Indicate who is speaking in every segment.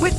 Speaker 1: With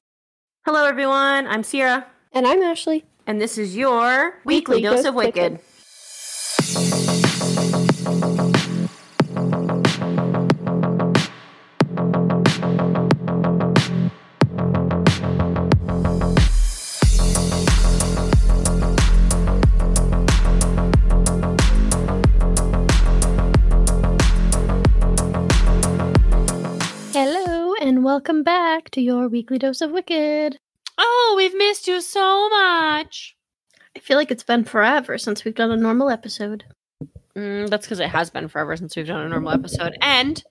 Speaker 2: Hello, everyone. I'm Sierra,
Speaker 3: And I'm Ashley.
Speaker 2: and this is your weekly,
Speaker 3: Weekly
Speaker 2: dose
Speaker 3: Dose
Speaker 2: of wicked.
Speaker 3: Wicked. Hello, and welcome back to your weekly dose of Wicked.
Speaker 4: Oh, we've missed you so much.
Speaker 3: I feel like it's been forever since we've done a normal episode.
Speaker 4: Mm, that's because it has been forever since we've done a normal episode, and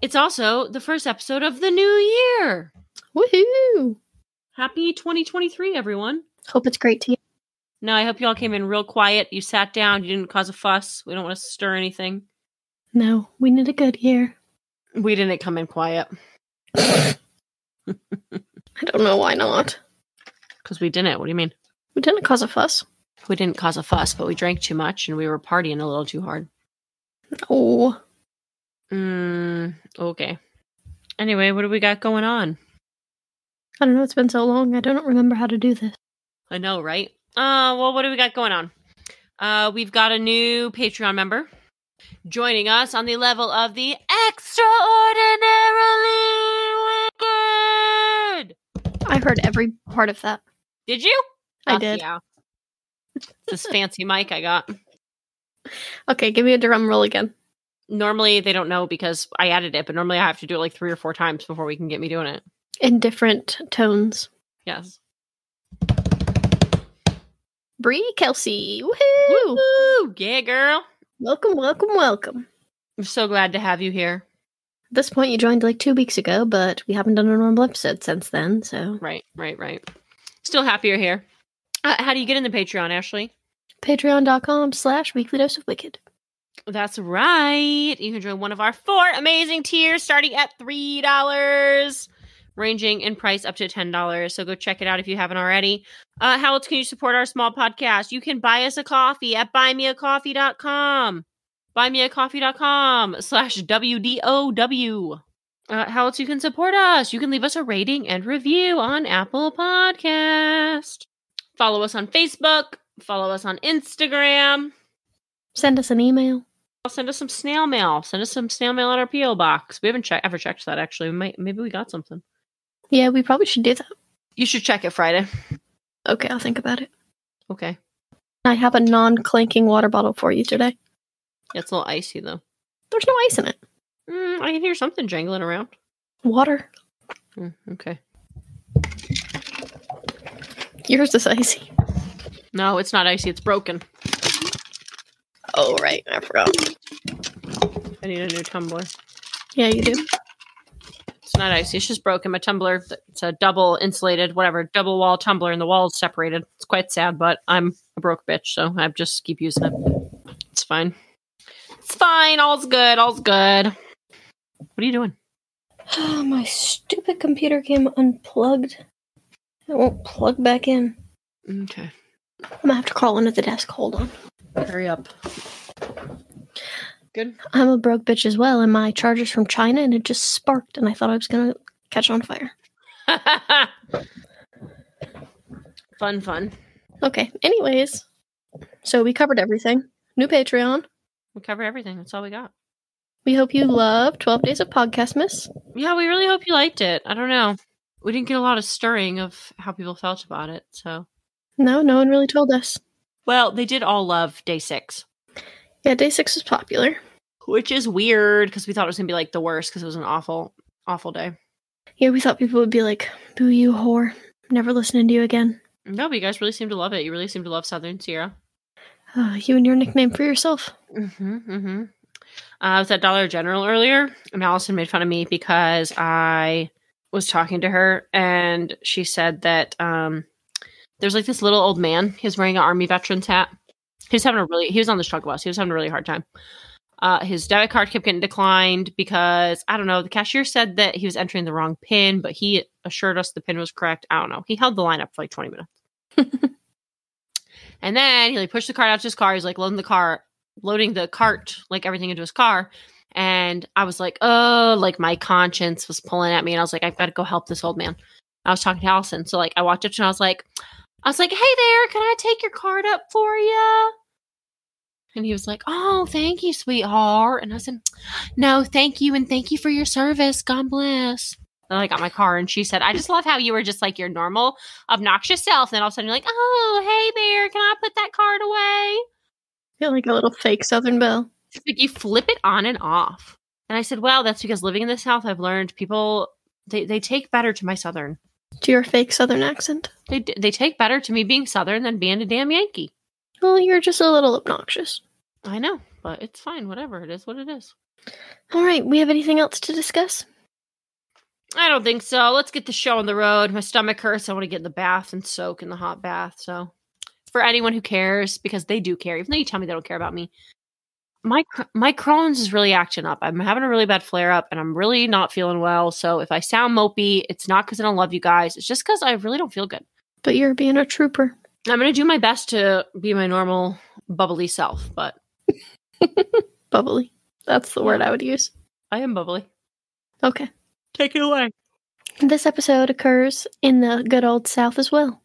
Speaker 4: it's also the first episode of the new year.
Speaker 3: Woohoo!
Speaker 4: Happy 2023, everyone.
Speaker 3: Hope it's great to you.
Speaker 4: No, I hope you all came in real quiet. You sat down. You didn't cause a fuss. We don't want to stir anything.
Speaker 3: No, we need a good year.
Speaker 4: We didn't come in quiet
Speaker 3: I don't know why not.
Speaker 4: because we didn't. What do you mean?
Speaker 3: We didn't cause a fuss.
Speaker 4: We didn't cause a fuss, but we drank too much and we were partying a little too hard.
Speaker 3: Oh,
Speaker 4: Mm, okay. Anyway, what do we got going on?
Speaker 3: I don't know. It's been so long. I don't remember how to do this.
Speaker 4: I know, right? Uh, well, what do we got going on? Uh, we've got a new Patreon member joining us on the level of the extraordinarily wicked.
Speaker 3: I heard every part of that. Ah,
Speaker 4: Did you?
Speaker 3: I
Speaker 4: Oh,
Speaker 3: did.
Speaker 4: Yeah. this fancy mic I got.
Speaker 3: Okay, give me a drum roll again.
Speaker 4: Normally they don't know because I added it, but normally I have to do it like three or four times before we can get me doing it.
Speaker 3: In different tones.
Speaker 4: Yes.
Speaker 3: Bree Kelsey. Woohoo!
Speaker 4: Woo! Yeah, girl.
Speaker 3: Welcome, welcome, welcome.
Speaker 4: I'm so glad to have you here.
Speaker 3: At this point, you joined like two weeks ago, but we haven't done a normal episode since then, so.
Speaker 4: Right, right, right. Still happy you're here. Uh, how do you get in the Patreon, Ashley?
Speaker 3: Patreon.com slash weekly dose of wicked.
Speaker 4: That's right. You can join one of our four amazing tiers starting at $3, ranging in price up to $10. So go check it out if you haven't already. Uh, how else can you support our small podcast? You can buy us a coffee at buymeacoffee.com. Buymeacoffee.com slash WDOW. Uh, how else you can support us? You can leave us a rating and review on Apple Podcast. Follow us on Facebook. Follow us on Instagram
Speaker 3: Send us an email.
Speaker 4: send us some snail mail. Send us some snail mail at our PO box. We haven't che- ever checked that actually. We might, maybe we got something.
Speaker 3: Yeah, we probably should do that.
Speaker 4: You should check it Friday.
Speaker 3: Okay, I'll think about it.
Speaker 4: Okay,
Speaker 3: I have a non clanking water bottle for you today.
Speaker 4: yeah, it's a little icy though.
Speaker 3: There's no ice in it.
Speaker 4: Mm, I can hear something jangling around.
Speaker 3: Water.
Speaker 4: Mm, okay,
Speaker 3: Yours is icy.
Speaker 4: no, it's not icy. It's broken.
Speaker 3: Oh, right. I forgot.
Speaker 4: I need a new tumbler.
Speaker 3: Yeah, you do.
Speaker 4: It's not icy. It's just broken. My tumbler. It's a double insulated, whatever, double wall tumbler, and the wall is separated. It's quite sad, but I'm a broke bitch, so I just keep using it. It's fine. It's fine. All's good. All's good. What are you doing?
Speaker 3: Oh, my stupid computer came unplugged. It won't plug back in.
Speaker 4: Okay.
Speaker 3: I'm gonna have to crawl under the desk. Hold on.
Speaker 4: Hurry up. Good.
Speaker 3: I'm a broke bitch as well, and my charger's from China, and it just sparked, and I thought I was gonna catch on fire.
Speaker 4: fun, fun.
Speaker 3: Okay, anyways. So we covered everything. New Patreon.
Speaker 4: We covered everything. That's all we got.
Speaker 3: We hope you love 12 Days of Podcastmas.
Speaker 4: Yeah, we really hope you liked it. I don't know. We didn't get a lot of stirring of how people felt about it. So,
Speaker 3: No, no one really told us.
Speaker 4: well, they did all love day six,
Speaker 3: Yeah, day six was popular.
Speaker 4: which is weird because we thought it was gonna be like the worst because it was an awful, awful day.
Speaker 3: Yeah, we thought people would be like, boo you whore. Never listening to you again.
Speaker 4: No, but you guys really seem to love it. You really seem to love Southern Sierra.
Speaker 3: Uh, you and your nickname for yourself.
Speaker 4: Mm-hmm, mm-hmm. Uh, I was at Dollar General earlier, and Allison made fun of me because I was talking to her, and she said that um, there's like this little old man. He was wearing an army veteran's hat. He was having a really. He was on the struggle bus. He was having a really hard time. Uh, his debit card kept getting declined because I don't know. The cashier said that he was entering the wrong pin, but he assured us the pin was correct. I don't know. He held the line up for like 20 minutes. and then he like pushed the cart out to his car. He's like loading the car, loading the cart, like everything into his car. And I was like, oh, like my conscience was pulling at me. And I was like, I've got to go help this old man. I was talking to Allison. So like I walked up to him and I was like, I was like, hey there, can I take your card up for you? And he was like, oh, thank you, sweetheart. And I said, no, thank you. And thank you for your service. God bless. Then I got my car and she said, I just love how you were just like your normal obnoxious self. And then all of a sudden you're like, oh, hey there, can I put that card away?
Speaker 3: feel like a little fake Southern Belle.
Speaker 4: She's like, you flip it on and off. And I said, well, that's because living in the South, I've learned people, they, they take better to my Southern.
Speaker 3: To your fake Southern accent.
Speaker 4: They, d- they take better to me being Southern than being a damn Yankee.
Speaker 3: Well, you're just a little obnoxious.
Speaker 4: I know, but it's fine. Whatever. It is what it is.
Speaker 3: All right, we have anything else to discuss?
Speaker 4: I don't think so. Let's get the show on the road. My stomach hurts. I want to get in the bath and soak in the hot bath. So, for anyone who cares, because they do care, even though you tell me they don't care about me, my cr- my Crohn's is really acting up. I'm having a really bad flare up, and I'm really not feeling well. So, if I sound mopey, it's not because I don't love you guys. It's just because I really don't feel good.
Speaker 3: But you're being a trooper.
Speaker 4: I'm gonna do my best to be my normal bubbly self, but
Speaker 3: Bubbly. That's the word I would use.
Speaker 4: I am bubbly.
Speaker 3: Okay.
Speaker 4: Take it away.
Speaker 3: This episode occurs in the good old South as well.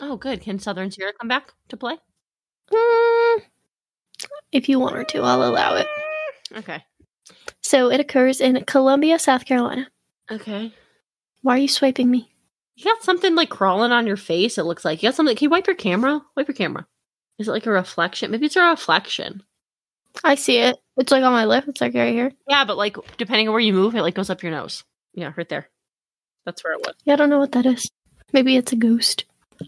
Speaker 4: Oh, good. Can Southern Sierra come back to play?
Speaker 3: Mm, if you want her to, I'll allow it.
Speaker 4: Okay.
Speaker 3: So it occurs in Columbia, South Carolina.
Speaker 4: Okay.
Speaker 3: Why are you swiping me?
Speaker 4: You got something like crawling on your face. It looks like you got something. Can you wipe your camera? Wipe your camera. Is it like a reflection? Maybe it's a reflection.
Speaker 3: I see it. It's like on my lip. It's like right here.
Speaker 4: Yeah, but like depending on where you move, it like goes up your nose. Yeah, right there. That's where it was.
Speaker 3: Yeah, I don't know what that is. Maybe it's a ghost.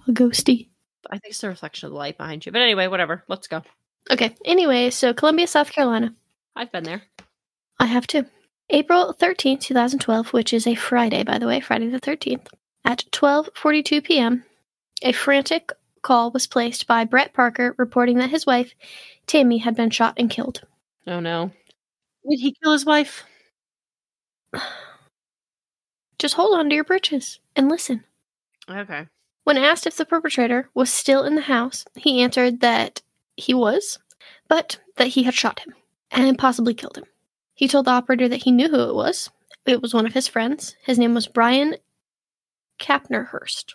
Speaker 3: A ghosty.
Speaker 4: I think it's the reflection of the light behind you. But anyway, whatever. Let's go.
Speaker 3: Okay. Anyway, so Columbia, South Carolina.
Speaker 4: I've been there.
Speaker 3: I have too. April 13th, 2012, which is a Friday, by the way, Friday the 13th, at 12:42 p.m., a frantic call was placed by Brett Parker reporting that his wife, Tammy, had been shot and killed.
Speaker 4: Oh no. Did he kill his wife?
Speaker 3: Just hold on to your britches and listen.
Speaker 4: Okay.
Speaker 3: When asked if the perpetrator was still in the house, he answered that he was, but that he had shot him and possibly killed him. He told the operator that he knew who it was. It was one of his friends. His name was Brian Kapnerhurst,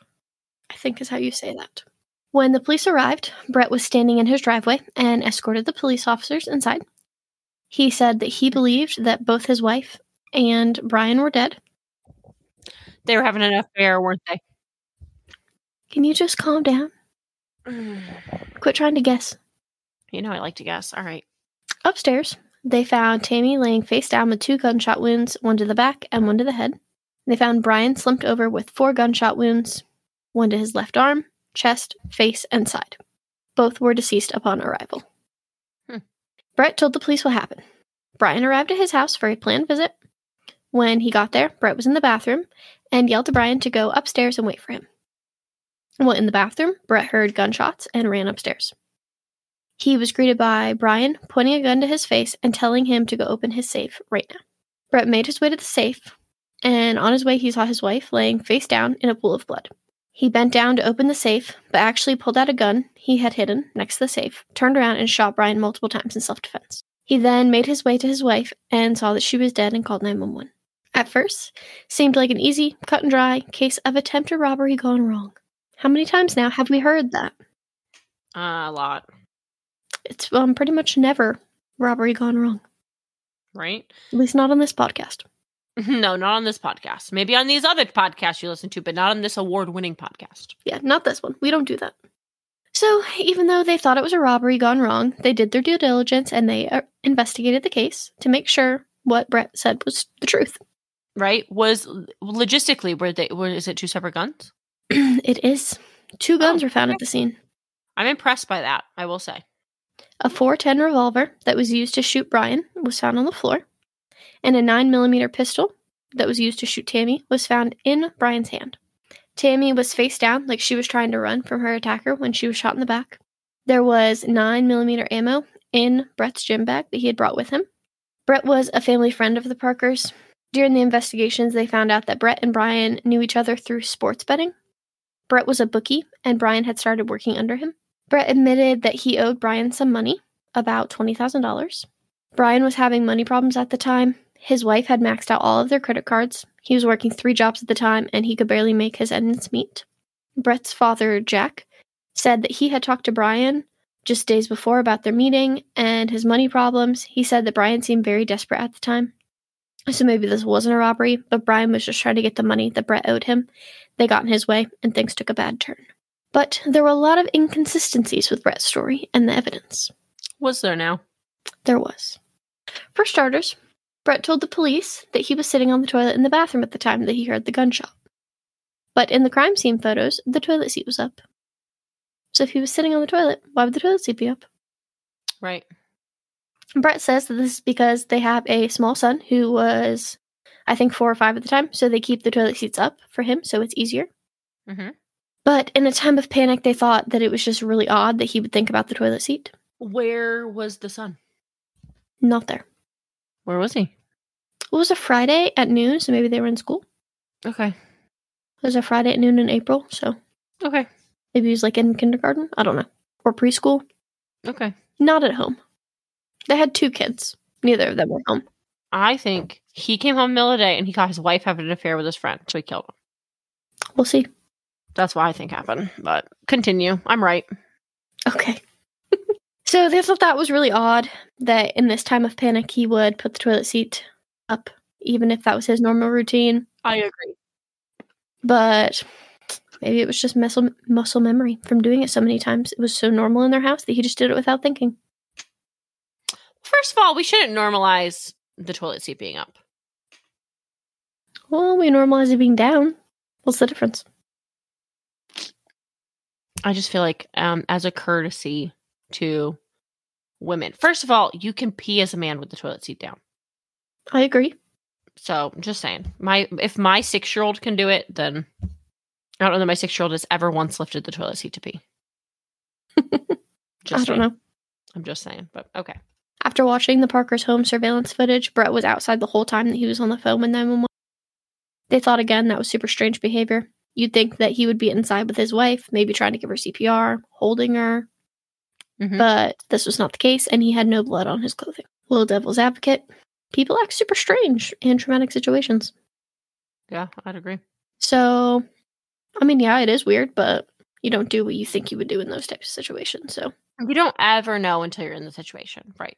Speaker 3: I think is how you say that. When the police arrived, Brett was standing in his driveway and escorted the police officers inside. He said that he believed that both his wife and Brian were dead.
Speaker 4: They were having an affair, weren't
Speaker 3: Can you just calm down?
Speaker 4: they?
Speaker 3: Quit trying to guess.
Speaker 4: You know I like to guess. All right.
Speaker 3: Upstairs, they found Tammy laying face down with two gunshot wounds, one to the back and one to the head. They found Brian slumped over with four gunshot wounds, one to his left arm, chest, face, and side. Both were deceased upon arrival.
Speaker 4: Hmm.
Speaker 3: Brett told the police what happened. Brian arrived at his house for a planned visit. When he got there, Brett was in the bathroom and yelled to Brian to go upstairs and wait for him. While in the bathroom, Brett heard gunshots and ran upstairs. He was greeted by Brian pointing a gun to his face and telling him to go open his safe right now. Brett made his way to the safe, and on his way, he saw his wife laying face down in a pool of blood. He bent down to open the safe, but actually pulled out a gun he had hidden next to the safe, turned around, and shot Brian multiple times in self defense. He then made his way to his wife and saw that she was dead and called 911. At first, seemed like an easy, cut and dry case of attempted robbery gone wrong. How many times now have we heard that?
Speaker 4: Uh, a lot.
Speaker 3: It's um, pretty much never robbery gone wrong.
Speaker 4: Right?
Speaker 3: At least not on this podcast.
Speaker 4: No, not on this podcast. Maybe on these other podcasts you listen to, but not on this award winning podcast.
Speaker 3: Yeah, not this one. We don't do that. So, even though they thought it was a robbery gone wrong, they did their due diligence and they uh, investigated the case to make sure what Brett said was the truth.
Speaker 4: Right? Was logistically were they were is it two separate guns?
Speaker 3: it is. Two guns
Speaker 4: Oh,
Speaker 3: were found at the scene
Speaker 4: I'm impressed by that, I will say.
Speaker 3: a 410 revolver that was used to shoot Brian was found on the floor, and a 9mm pistol that was used to shoot Tammy was found in Brian's hand. Tammy was face down, like she was trying to run from her attacker when she was shot in the back. There was 9mm ammo in Brett's gym bag that he had brought with him. Brett was a family friend of the Parkers. During the investigations, they found out that Brett and Brian knew each other through sports betting. Brett was a bookie, and Brian had started working under him. Brett admitted that he owed Brian some money, about $20,000. Brian was having money problems at the time. His wife had maxed out all of their credit cards. He was working three jobs at the time, and he could barely make his ends meet. Brett's father, Jack, said that he had talked to Brian just days before about their meeting and his money problems. He said that Brian seemed very desperate at the time. So maybe this wasn't a robbery, but Brian was just trying to get the money that Brett owed him. They got in his way, and things took a bad turn. But there were a lot of inconsistencies with Brett's story and the evidence.
Speaker 4: Was there now?
Speaker 3: There was. For starters, Brett told the police that he was sitting on the toilet in the bathroom at the time that he heard the gunshot. But in the crime scene photos, the toilet seat was up. So if he was sitting on the toilet, why would the toilet seat be up?
Speaker 4: Right.
Speaker 3: Brett says that this is because they have a small son who was, I think, four or five at the time, so they keep the toilet seats up for him so it's easier.
Speaker 4: Mm-hmm.
Speaker 3: But in a time of panic, they thought that it was just really odd that he would think about the toilet seat.
Speaker 4: Where was the son?
Speaker 3: Not there.
Speaker 4: Where was he?
Speaker 3: It was a Friday at noon, so maybe they were in school.
Speaker 4: Okay.
Speaker 3: It was a Friday at noon in April, so
Speaker 4: Okay.
Speaker 3: maybe he was like in kindergarten. I don't know. Or preschool.
Speaker 4: Okay.
Speaker 3: Not at home. They had two kids. Neither of them were home.
Speaker 4: I think he came home in the middle of the day and he caught his wife having an affair with his friend, so he killed him.
Speaker 3: We'll see.
Speaker 4: That's what I think happened. But continue. I'm right.
Speaker 3: Okay. so they thought that was really odd that in this time of panic he would put the toilet seat up, even if that was his normal routine.
Speaker 4: I agree.
Speaker 3: But maybe it was just muscle muscle memory from doing it so many times. It was so normal in their house that he just did it without thinking.
Speaker 4: First of all, we shouldn't normalize the toilet seat being up.
Speaker 3: Well, we normalize it being down. What's the difference?
Speaker 4: I just feel like, um, as a courtesy to women, first of all, you can pee as a man with the toilet seat down.
Speaker 3: I agree.
Speaker 4: So, just saying, my if my six year old can do it, then I don't know that my six year old has ever once lifted the toilet seat to pee. just
Speaker 3: I don't
Speaker 4: saying.
Speaker 3: know.
Speaker 4: I'm just saying, but okay.
Speaker 3: After watching the Parker's home surveillance footage, Brett was outside the whole time that he was on the phone with 911. They thought again that was super strange behavior. You'd think that he would be inside with his wife, maybe trying to give her CPR, holding her,
Speaker 4: Mhm.
Speaker 3: but this was not the case, and he had no blood on his clothing. Little devil's advocate. People act super strange in traumatic situations.
Speaker 4: Yeah, I'd agree.
Speaker 3: Mm-hmm. So, I mean, yeah, it is weird, but you don't do what you think you would do in those types of situations. So,
Speaker 4: You don't ever know until you're in the situation, right?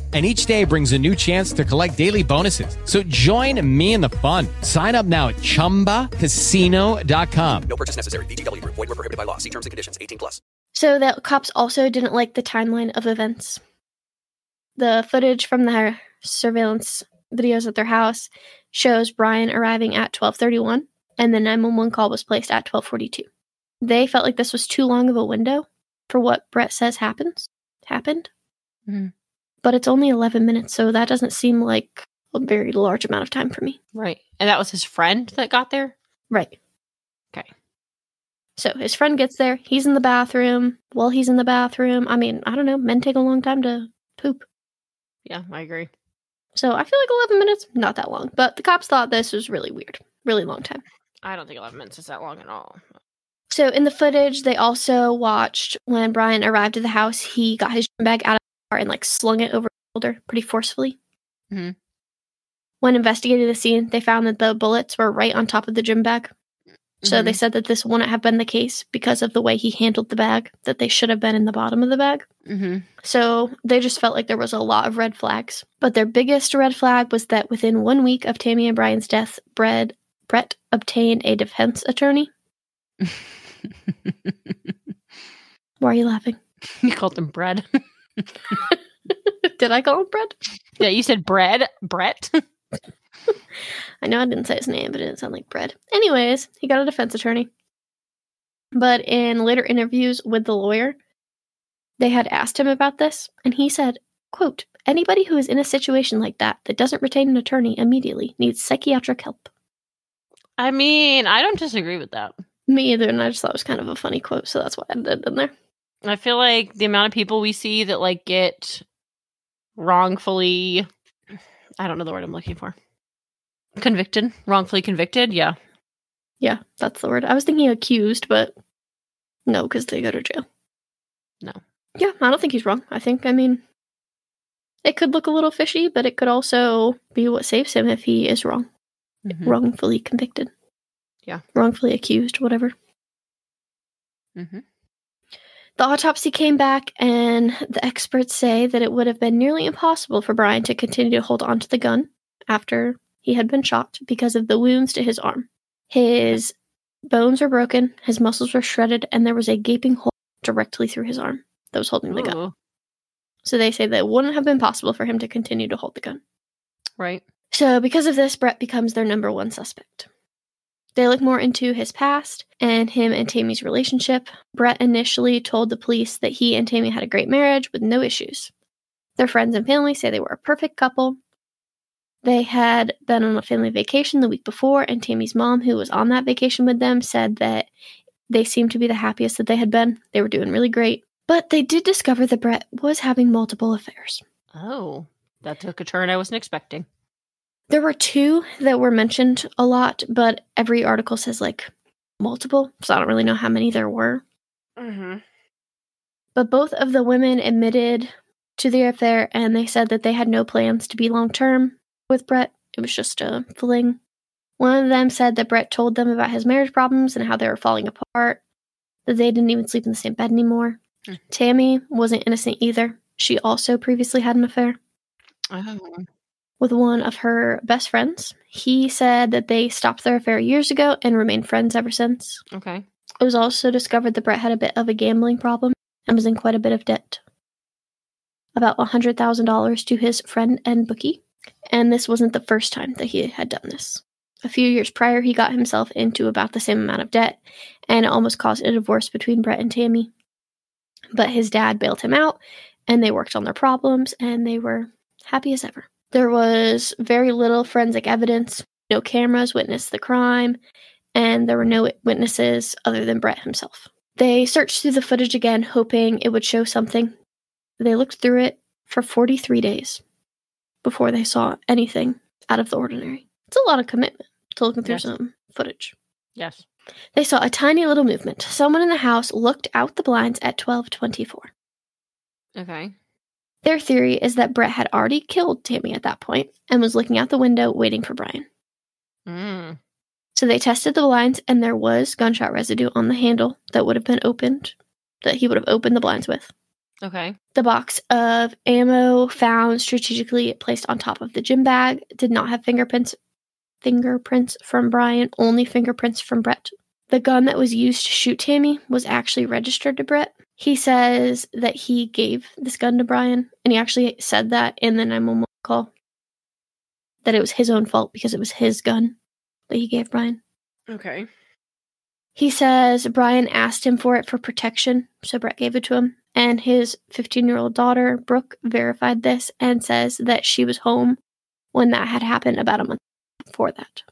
Speaker 5: And each day brings a new chance to collect daily bonuses. So join me in the fun. Sign up now at chumbacasino.com.
Speaker 6: No purchase necessary. VGW Group. Void were prohibited by law. See terms and conditions. 18 plus.
Speaker 3: So the cops also didn't like the timeline of events. The footage from their surveillance videos at their house shows Brian arriving at 12:31 and the 911 call was placed at 12:42. They felt like this was too long of a window for what Brett says happens happened.
Speaker 4: Mhm.
Speaker 3: But it's only 11 minutes, so that doesn't seem like a very large amount of time for me.
Speaker 4: Right. And that was his friend that got there?
Speaker 3: Right.
Speaker 4: Okay.
Speaker 3: So his friend gets there. He's in the bathroom. While he's in the bathroom, I mean, I don't know. Men take a long time to poop.
Speaker 4: Yeah, I agree.
Speaker 3: So I feel like 11 minutes, not that long. But the cops thought this was really weird. Really long time.
Speaker 4: I don't think 11 minutes is that long at all.
Speaker 3: So in the footage, they also watched when Brian arrived at the house, he got his gym bag out of the car and like slung it over his shoulder pretty forcefully.
Speaker 4: Mhm.
Speaker 3: When investigating the scene, they found that the bullets were right on top of the gym bag. So they
Speaker 4: Mhm.
Speaker 3: said that this wouldn't have been the case because of the way he handled the bag, that they should have been in the bottom of the bag.
Speaker 4: Mhm.
Speaker 3: So they just felt like there was a lot of red flags. But their biggest red flag was that within one week of Tammy and Brian's death, Brett, Brett obtained a defense attorney. Why are you laughing?
Speaker 4: you called them bread.
Speaker 3: Did I call him Brett?
Speaker 4: Yeah, you said bread, Brett.
Speaker 3: I know I didn't say his name, but it didn't sound like bread. Anyways, he got a defense attorney. But in later interviews with the lawyer, they had asked him about this, and he said, quote, anybody who is in a situation like that that doesn't retain an attorney immediately needs psychiatric help.
Speaker 4: I mean, I don't disagree with that.
Speaker 3: Me either, and I just thought it was kind of a funny quote, so that's why I did it in there.
Speaker 4: I feel like the amount of people we see that like get wrongfully I don't know the word I'm looking for. Convicted, wrongfully convicted. Yeah.
Speaker 3: Yeah, that's the word. I was thinking accused, but no, because they go to jail.
Speaker 4: No.
Speaker 3: Yeah, I don't think he's wrong. I think, I mean, it could look a little fishy, but it could also be what saves him if he is wrong,
Speaker 4: Mhm.
Speaker 3: wrongfully convicted.
Speaker 4: Yeah.
Speaker 3: Wrongfully accused, whatever.
Speaker 4: Mhm.
Speaker 3: The autopsy came back, and the experts say that it would have been nearly impossible for Brian to continue to hold onto the gun after he had been shot because of the wounds to his arm. His bones were broken, his muscles were shredded, and there was a gaping hole directly through his arm that was holding the gun.
Speaker 4: Ooh,
Speaker 3: So they say that it wouldn't have been possible for him to continue to hold the gun.
Speaker 4: Right.
Speaker 3: So, because of this, Brett becomes their number one suspect. They look more into his past and him and Tammy's relationship. Brett initially told the police that he and Tammy had a great marriage with no issues. Their friends and family say they were a perfect couple. They had been on a family vacation the week before, and Tammy's mom, who was on that vacation with them, said that they seemed to be the happiest that they had been. They were doing really great. But they did discover that Brett was having multiple affairs.
Speaker 4: Oh, that took a turn I wasn't expecting.
Speaker 3: There were two that were mentioned a lot, but every article says like multiple, so I don't really know how many there were.
Speaker 4: Mm-hmm.
Speaker 3: But both of the women admitted to the affair and they said that they had no plans to be long term with Brett. It was just a fling. One of them said that Brett told them about his marriage problems and how they were falling apart, that they didn't even sleep in the same bed anymore.
Speaker 4: Hmm.
Speaker 3: Tammy wasn't innocent either. She also previously had an affair.
Speaker 4: Oh.
Speaker 3: with one of her best friends. He said that they stopped their affair years ago and remained friends ever since.
Speaker 4: Okay.
Speaker 3: It was also discovered that Brett had a bit of a gambling problem and was in quite a bit of debt about $100,000 to his friend and bookie. And this wasn't the first time that he had done this. A few years prior, he got himself into about the same amount of debt and it almost caused a divorce between Brett and Tammy. But his dad bailed him out and they worked on their problems and they were happy as ever. There was very little forensic evidence. No cameras witnessed the crime, and there were no witnesses other than Brett himself. They searched through the footage again, hoping it would show something. They looked through it for 43 days before they saw anything out of the ordinary. It's a lot of commitment to looking through
Speaker 4: Yes.
Speaker 3: some footage.
Speaker 4: Yes.
Speaker 3: They saw a tiny little movement. Someone in the house looked out the blinds at 1224.
Speaker 4: Okay.
Speaker 3: Their theory is that Brett had already killed Tammy at that point and was looking out the window waiting for Brian.
Speaker 4: Mm.
Speaker 3: So they tested the blinds and there was gunshot residue on the handle that would have been opened, that he would have opened the blinds with.
Speaker 4: Okay.
Speaker 3: The box of ammo found strategically placed on top of the gym bag did not have fingerprints fingerprints from Brian, only fingerprints from Brett. The gun that was used to shoot Tammy was actually registered to Brett. He says that he gave this gun to Brian, and he actually said that in the 911 call that it was his own fault because it was his gun that he gave Brian.
Speaker 4: Okay.
Speaker 3: He says Brian asked him for it for protection, so Brett gave it to him. And his 15 year old daughter, Brooke, verified this and says that she was home when that had happened about a month before that.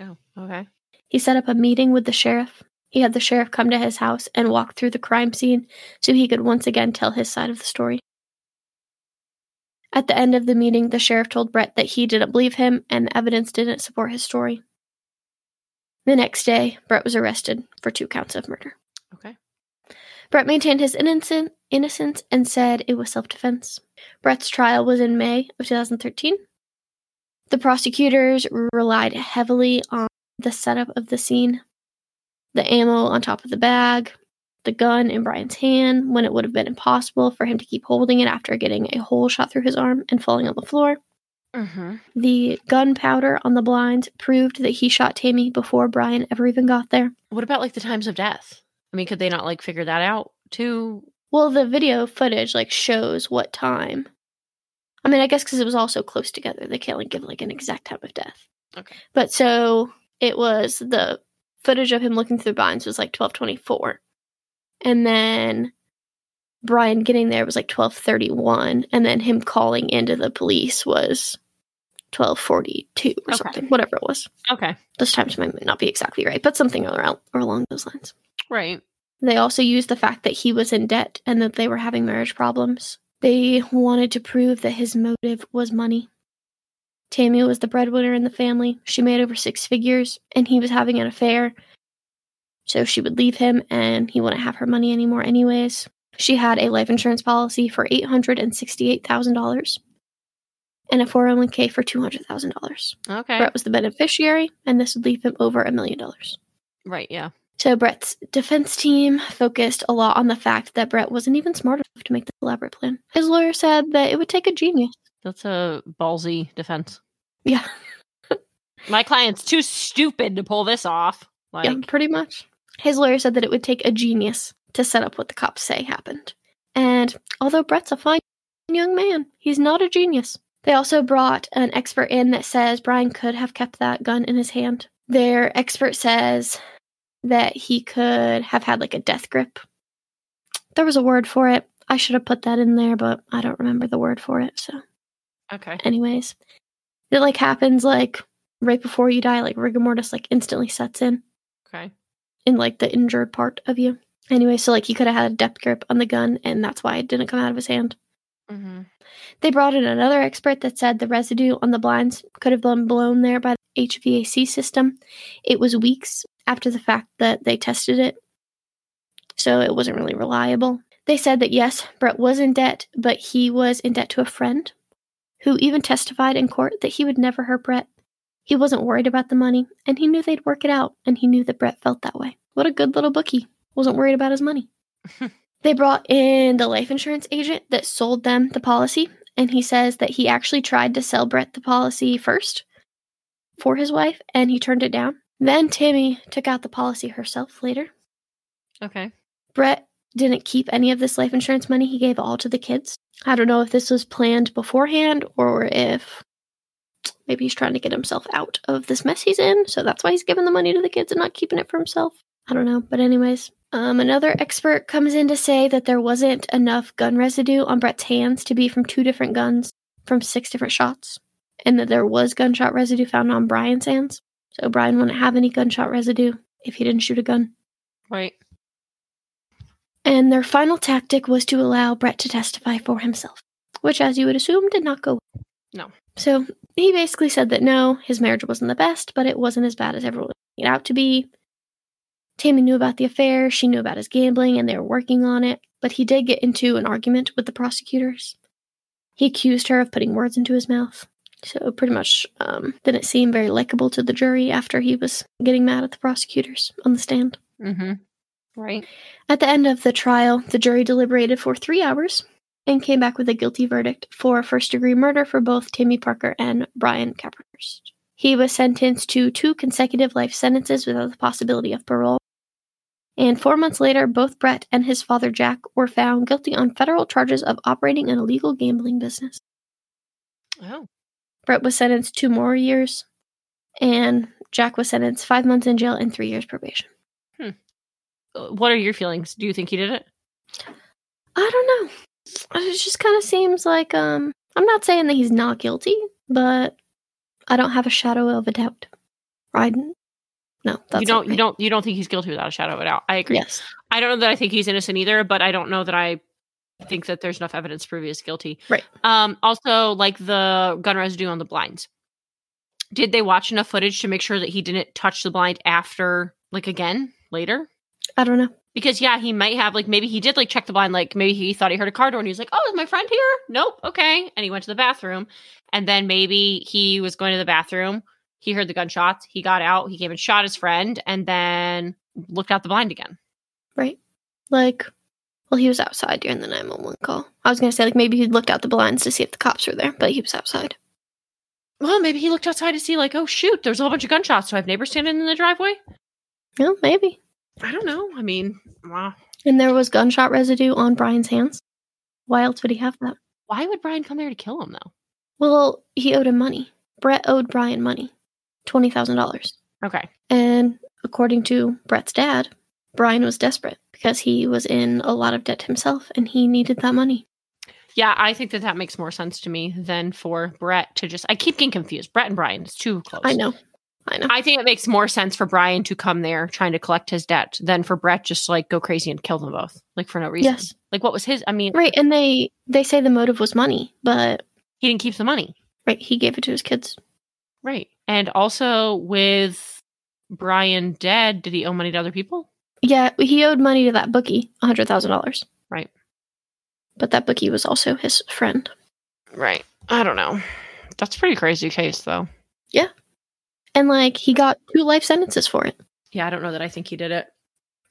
Speaker 4: Oh. Okay.
Speaker 3: He set up a meeting with the sheriff. He had the sheriff come to his house and walk through the crime scene so he could once again tell his side of the story. At the end of the meeting, the sheriff told Brett that he didn't believe him and the evidence didn't support his story. The next day, Brett was arrested for two counts of murder.
Speaker 4: Okay.
Speaker 3: Brett maintained his innocent, innocence and said it was self defense. Brett's trial was in May of 2013. The prosecutors relied heavily on the setup of the scene the ammo on top of the bag, the gun in Brian's hand when it would have been impossible for him to keep holding it after getting a hole shot through his arm and falling on the floor.
Speaker 4: Mm-hmm.
Speaker 3: The gunpowder on the blinds proved that he shot Tammy before Brian ever even got there.
Speaker 4: What about like the times of death? I mean, could they not like figure that out too?
Speaker 3: Well, the video footage like shows what time. I mean, I guess because it was all so close together, they can't like give like an exact time of death.
Speaker 4: Okay.
Speaker 3: But so it was the footage of him looking through the blinds was like twelve twenty four, and then Brian getting there was like twelve thirty one, and then him calling into the police was twelve forty two or
Speaker 4: Okay.
Speaker 3: something, whatever it was.
Speaker 4: Okay.
Speaker 3: Those times might not be exactly right, but something around or along those lines.
Speaker 4: Right.
Speaker 3: They also used the fact that he was in debt and that they were having marriage problems. They wanted to prove that his motive was money. Tammy was the breadwinner in the family. She made over six figures and he was having an affair. So she would leave him and he wouldn't have her money anymore, anyways. She had a life insurance policy for $868,000 and a 401k for $200,000.
Speaker 4: Okay.
Speaker 3: Brett was the beneficiary, and this would leave him over a million dollars.
Speaker 4: Right. Yeah.
Speaker 3: So Brett's defense team focused a lot on the fact that Brett wasn't even smart enough to make the elaborate plan. His lawyer said that it would take a genius.
Speaker 4: That's a ballsy defense.
Speaker 3: Yeah,
Speaker 4: My client's too stupid to pull this off. Like,
Speaker 3: yeah, pretty much. His lawyer said that it would take a genius to set up what the cops say happened. And although Brett's a fine young man, he's not a genius. They also brought an expert in that says Brian could have kept that gun in his hand. Their expert says that he could have had like a death grip. There was a word for it. I should have put that in there, but I don't remember the word for it. So,
Speaker 4: okay.
Speaker 3: anyways, it like happens like right before you die, like rigor mortis like instantly sets in
Speaker 4: Okay.
Speaker 3: in like the injured part of you. Anyway, so like he could have had a depth grip on the gun, and that's why it didn't come out of his hand.
Speaker 4: Mm-hmm.
Speaker 3: They brought in another expert that said the residue on the blinds could have been blown there by the HVAC system. It was weeks after the fact that they tested it, so it wasn't really reliable. They said that yes, Brett was in debt, but he was in debt to a friend who even testified in court that he would never hurt Brett. He wasn't worried about the money, and he knew they'd work it out, and he knew that Brett felt that way. What a good little bookie. Wasn't worried about his money. they brought in the life insurance agent that sold them the policy, and he says that he actually tried to sell Brett the policy first for his wife, and he turned it down. Then Tammy took out the policy herself later.
Speaker 4: Okay.
Speaker 3: Brett didn't keep any of this life insurance money. He gave it all to the kids. I don't know if this was planned beforehand or if maybe he's trying to get himself out of this mess he's in. So that's why he's giving the money to the kids and not keeping it for himself. I don't know. But, anyways, um, another expert comes in to say that there wasn't enough gun residue on Brett's hands to be from two different guns from six different shots, and that there was gunshot residue found on Brian's hands. So, Brian wouldn't have any gunshot residue if he didn't shoot a gun.
Speaker 4: Right.
Speaker 3: And their final tactic was to allow Brett to testify for himself, which, as you would assume, did not go well.
Speaker 4: No.
Speaker 3: So he basically said that no, his marriage wasn't the best, but it wasn't as bad as everyone made it out to be. Tammy knew about the affair, she knew about his gambling, and they were working on it, but he did get into an argument with the prosecutors. He accused her of putting words into his mouth. So, pretty much, um, didn't seem very likable to the jury after he was getting mad at the prosecutors on the stand.
Speaker 4: Mm-hmm. Right.
Speaker 3: At the end of the trial, the jury deliberated for three hours and came back with a guilty verdict for first degree murder for both Timmy Parker and Brian Kaphurst. He was sentenced to two consecutive life sentences without the possibility of parole. And four months later, both Brett and his father Jack were found guilty on federal charges of operating an illegal gambling business.
Speaker 4: Oh.
Speaker 3: Brett was sentenced two more years, and Jack was sentenced five months in jail and three years probation.
Speaker 4: Uh, What are your feelings? Do you think he did it?
Speaker 3: I don't know. It just kind of seems like um I'm not saying that he's not guilty, but I don't have a shadow of a doubt. Right? No, that's
Speaker 4: you
Speaker 3: not
Speaker 4: don't. You
Speaker 3: right.
Speaker 4: don't. You don't think he's guilty without a shadow of a doubt. I agree.
Speaker 3: Yes.
Speaker 4: I don't know that I think he's innocent either, but I don't know that I think that there's enough evidence to prove he's guilty.
Speaker 3: Right.
Speaker 4: Um. Also, like the gun residue on the blinds. Did they watch enough footage to make sure that he didn't touch the blind after, like again later?
Speaker 3: I don't know.
Speaker 4: Because yeah, he might have like maybe he did like check the blind, like maybe he thought he heard a car door and he was like, Oh, is my friend here? Nope, okay. And he went to the bathroom. And then maybe he was going to the bathroom, he heard the gunshots, he got out, he came and shot his friend, and then looked out the blind again.
Speaker 3: Like well, he was outside during the 911 call. I was going to say like maybe he looked out the blinds to see if the cops were there, but he was outside.
Speaker 4: Well, maybe he looked outside to see, like, oh shoot, there's a whole bunch of gunshots. Do I have neighbors standing in the driveway?
Speaker 3: Yeah, maybe.
Speaker 4: I don't know. I mean, wow.
Speaker 3: And there was gunshot residue on Brian's hands. Why else would he have that?
Speaker 4: Why would Brian come there to kill him though?
Speaker 3: Well, he owed him money. Brett owed Brian money $20,000.
Speaker 4: Okay.
Speaker 3: And according to Brett's dad, Brian was desperate because he was in a lot of debt himself and he needed that money.
Speaker 4: Yeah, I think that that makes more sense to me than for Brett to just. I keep getting confused. Brett and Brian is too close.
Speaker 3: I know. I know.
Speaker 4: I think it makes more sense for Brian to come there trying to collect his debt than for Brett just to, like go crazy and kill them both, like for no reason.
Speaker 3: Yes.
Speaker 4: Like what was his? I mean,
Speaker 3: Right, and they they say the motive was money, but
Speaker 4: he didn't keep the money.
Speaker 3: right, he gave it to his kids.
Speaker 4: Right. And also with Brian dead, did he owe money to other people?
Speaker 3: Yeah, he owed money to that bookie, $100,000.
Speaker 4: Right.
Speaker 3: But that bookie was also his friend.
Speaker 4: Right. I don't know. That's a pretty crazy case though.
Speaker 3: And like he got two life sentences for it.
Speaker 4: Yeah, I don't know that I think he did it.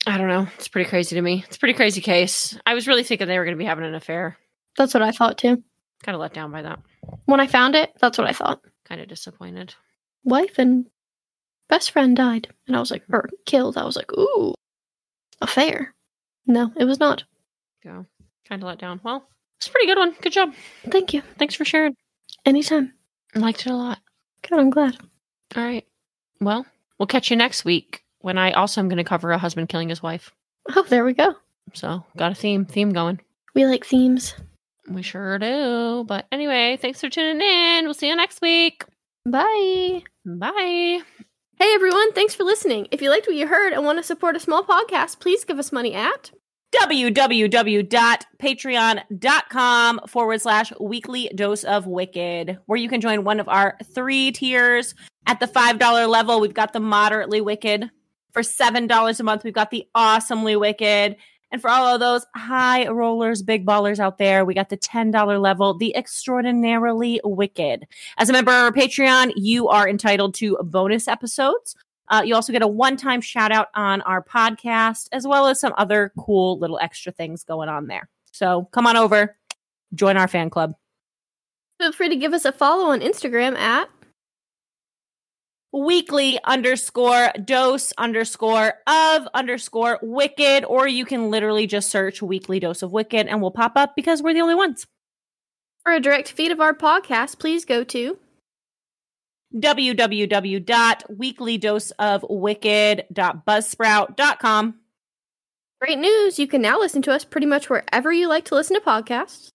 Speaker 4: I don't know. It's pretty crazy to me. It's a pretty crazy case. I was really thinking they were going to be having an affair.
Speaker 3: That's what I thought too.
Speaker 4: Kind of let down by that.
Speaker 3: When I found it, that's what I thought.
Speaker 4: Kind of disappointed.
Speaker 3: Wife and best friend died. And I was like, or killed. I was like, ooh, affair. No, it was not.
Speaker 4: Go. Kind of let down. Well, it's a pretty good one. Good job.
Speaker 3: Thank you.
Speaker 4: Thanks for sharing.
Speaker 3: Anytime.
Speaker 4: I liked it a lot.
Speaker 3: God, I'm glad.
Speaker 4: All right. Well, we'll catch you next week when I also am going to cover a husband killing his wife.
Speaker 3: Oh, there we go.
Speaker 4: So, got a theme, theme going.
Speaker 3: We like themes.
Speaker 4: We sure do. But anyway, thanks for tuning in. We'll see you next week.
Speaker 3: Bye.
Speaker 4: Bye.
Speaker 2: Hey everyone, thanks for listening. If you liked what you heard and want to support a small podcast, please give us money at
Speaker 7: www.patreon.com forward slash weekly dose of wicked, where you can join one of our three tiers. At the $5 level, we've got the moderately wicked. For $7 a month, we've got the awesomely wicked. And for all of those high rollers, big ballers out there, we got the $10 level, the extraordinarily wicked. As a member of our Patreon, you are entitled to bonus episodes. Uh, you also get a one time shout out on our podcast, as well as some other cool little extra things going on there. So come on over, join our fan club.
Speaker 2: Feel free to give us a follow on Instagram at
Speaker 7: Weekly underscore dose underscore of underscore wicked, or you can literally just search weekly dose of wicked and we'll pop up because we're the only ones.
Speaker 2: for a direct feed of our podcast, please go to
Speaker 7: www.weeklydoseofwicked.buzzsprout.com.
Speaker 2: Great news, you can now listen to us pretty much wherever you like to listen to podcasts.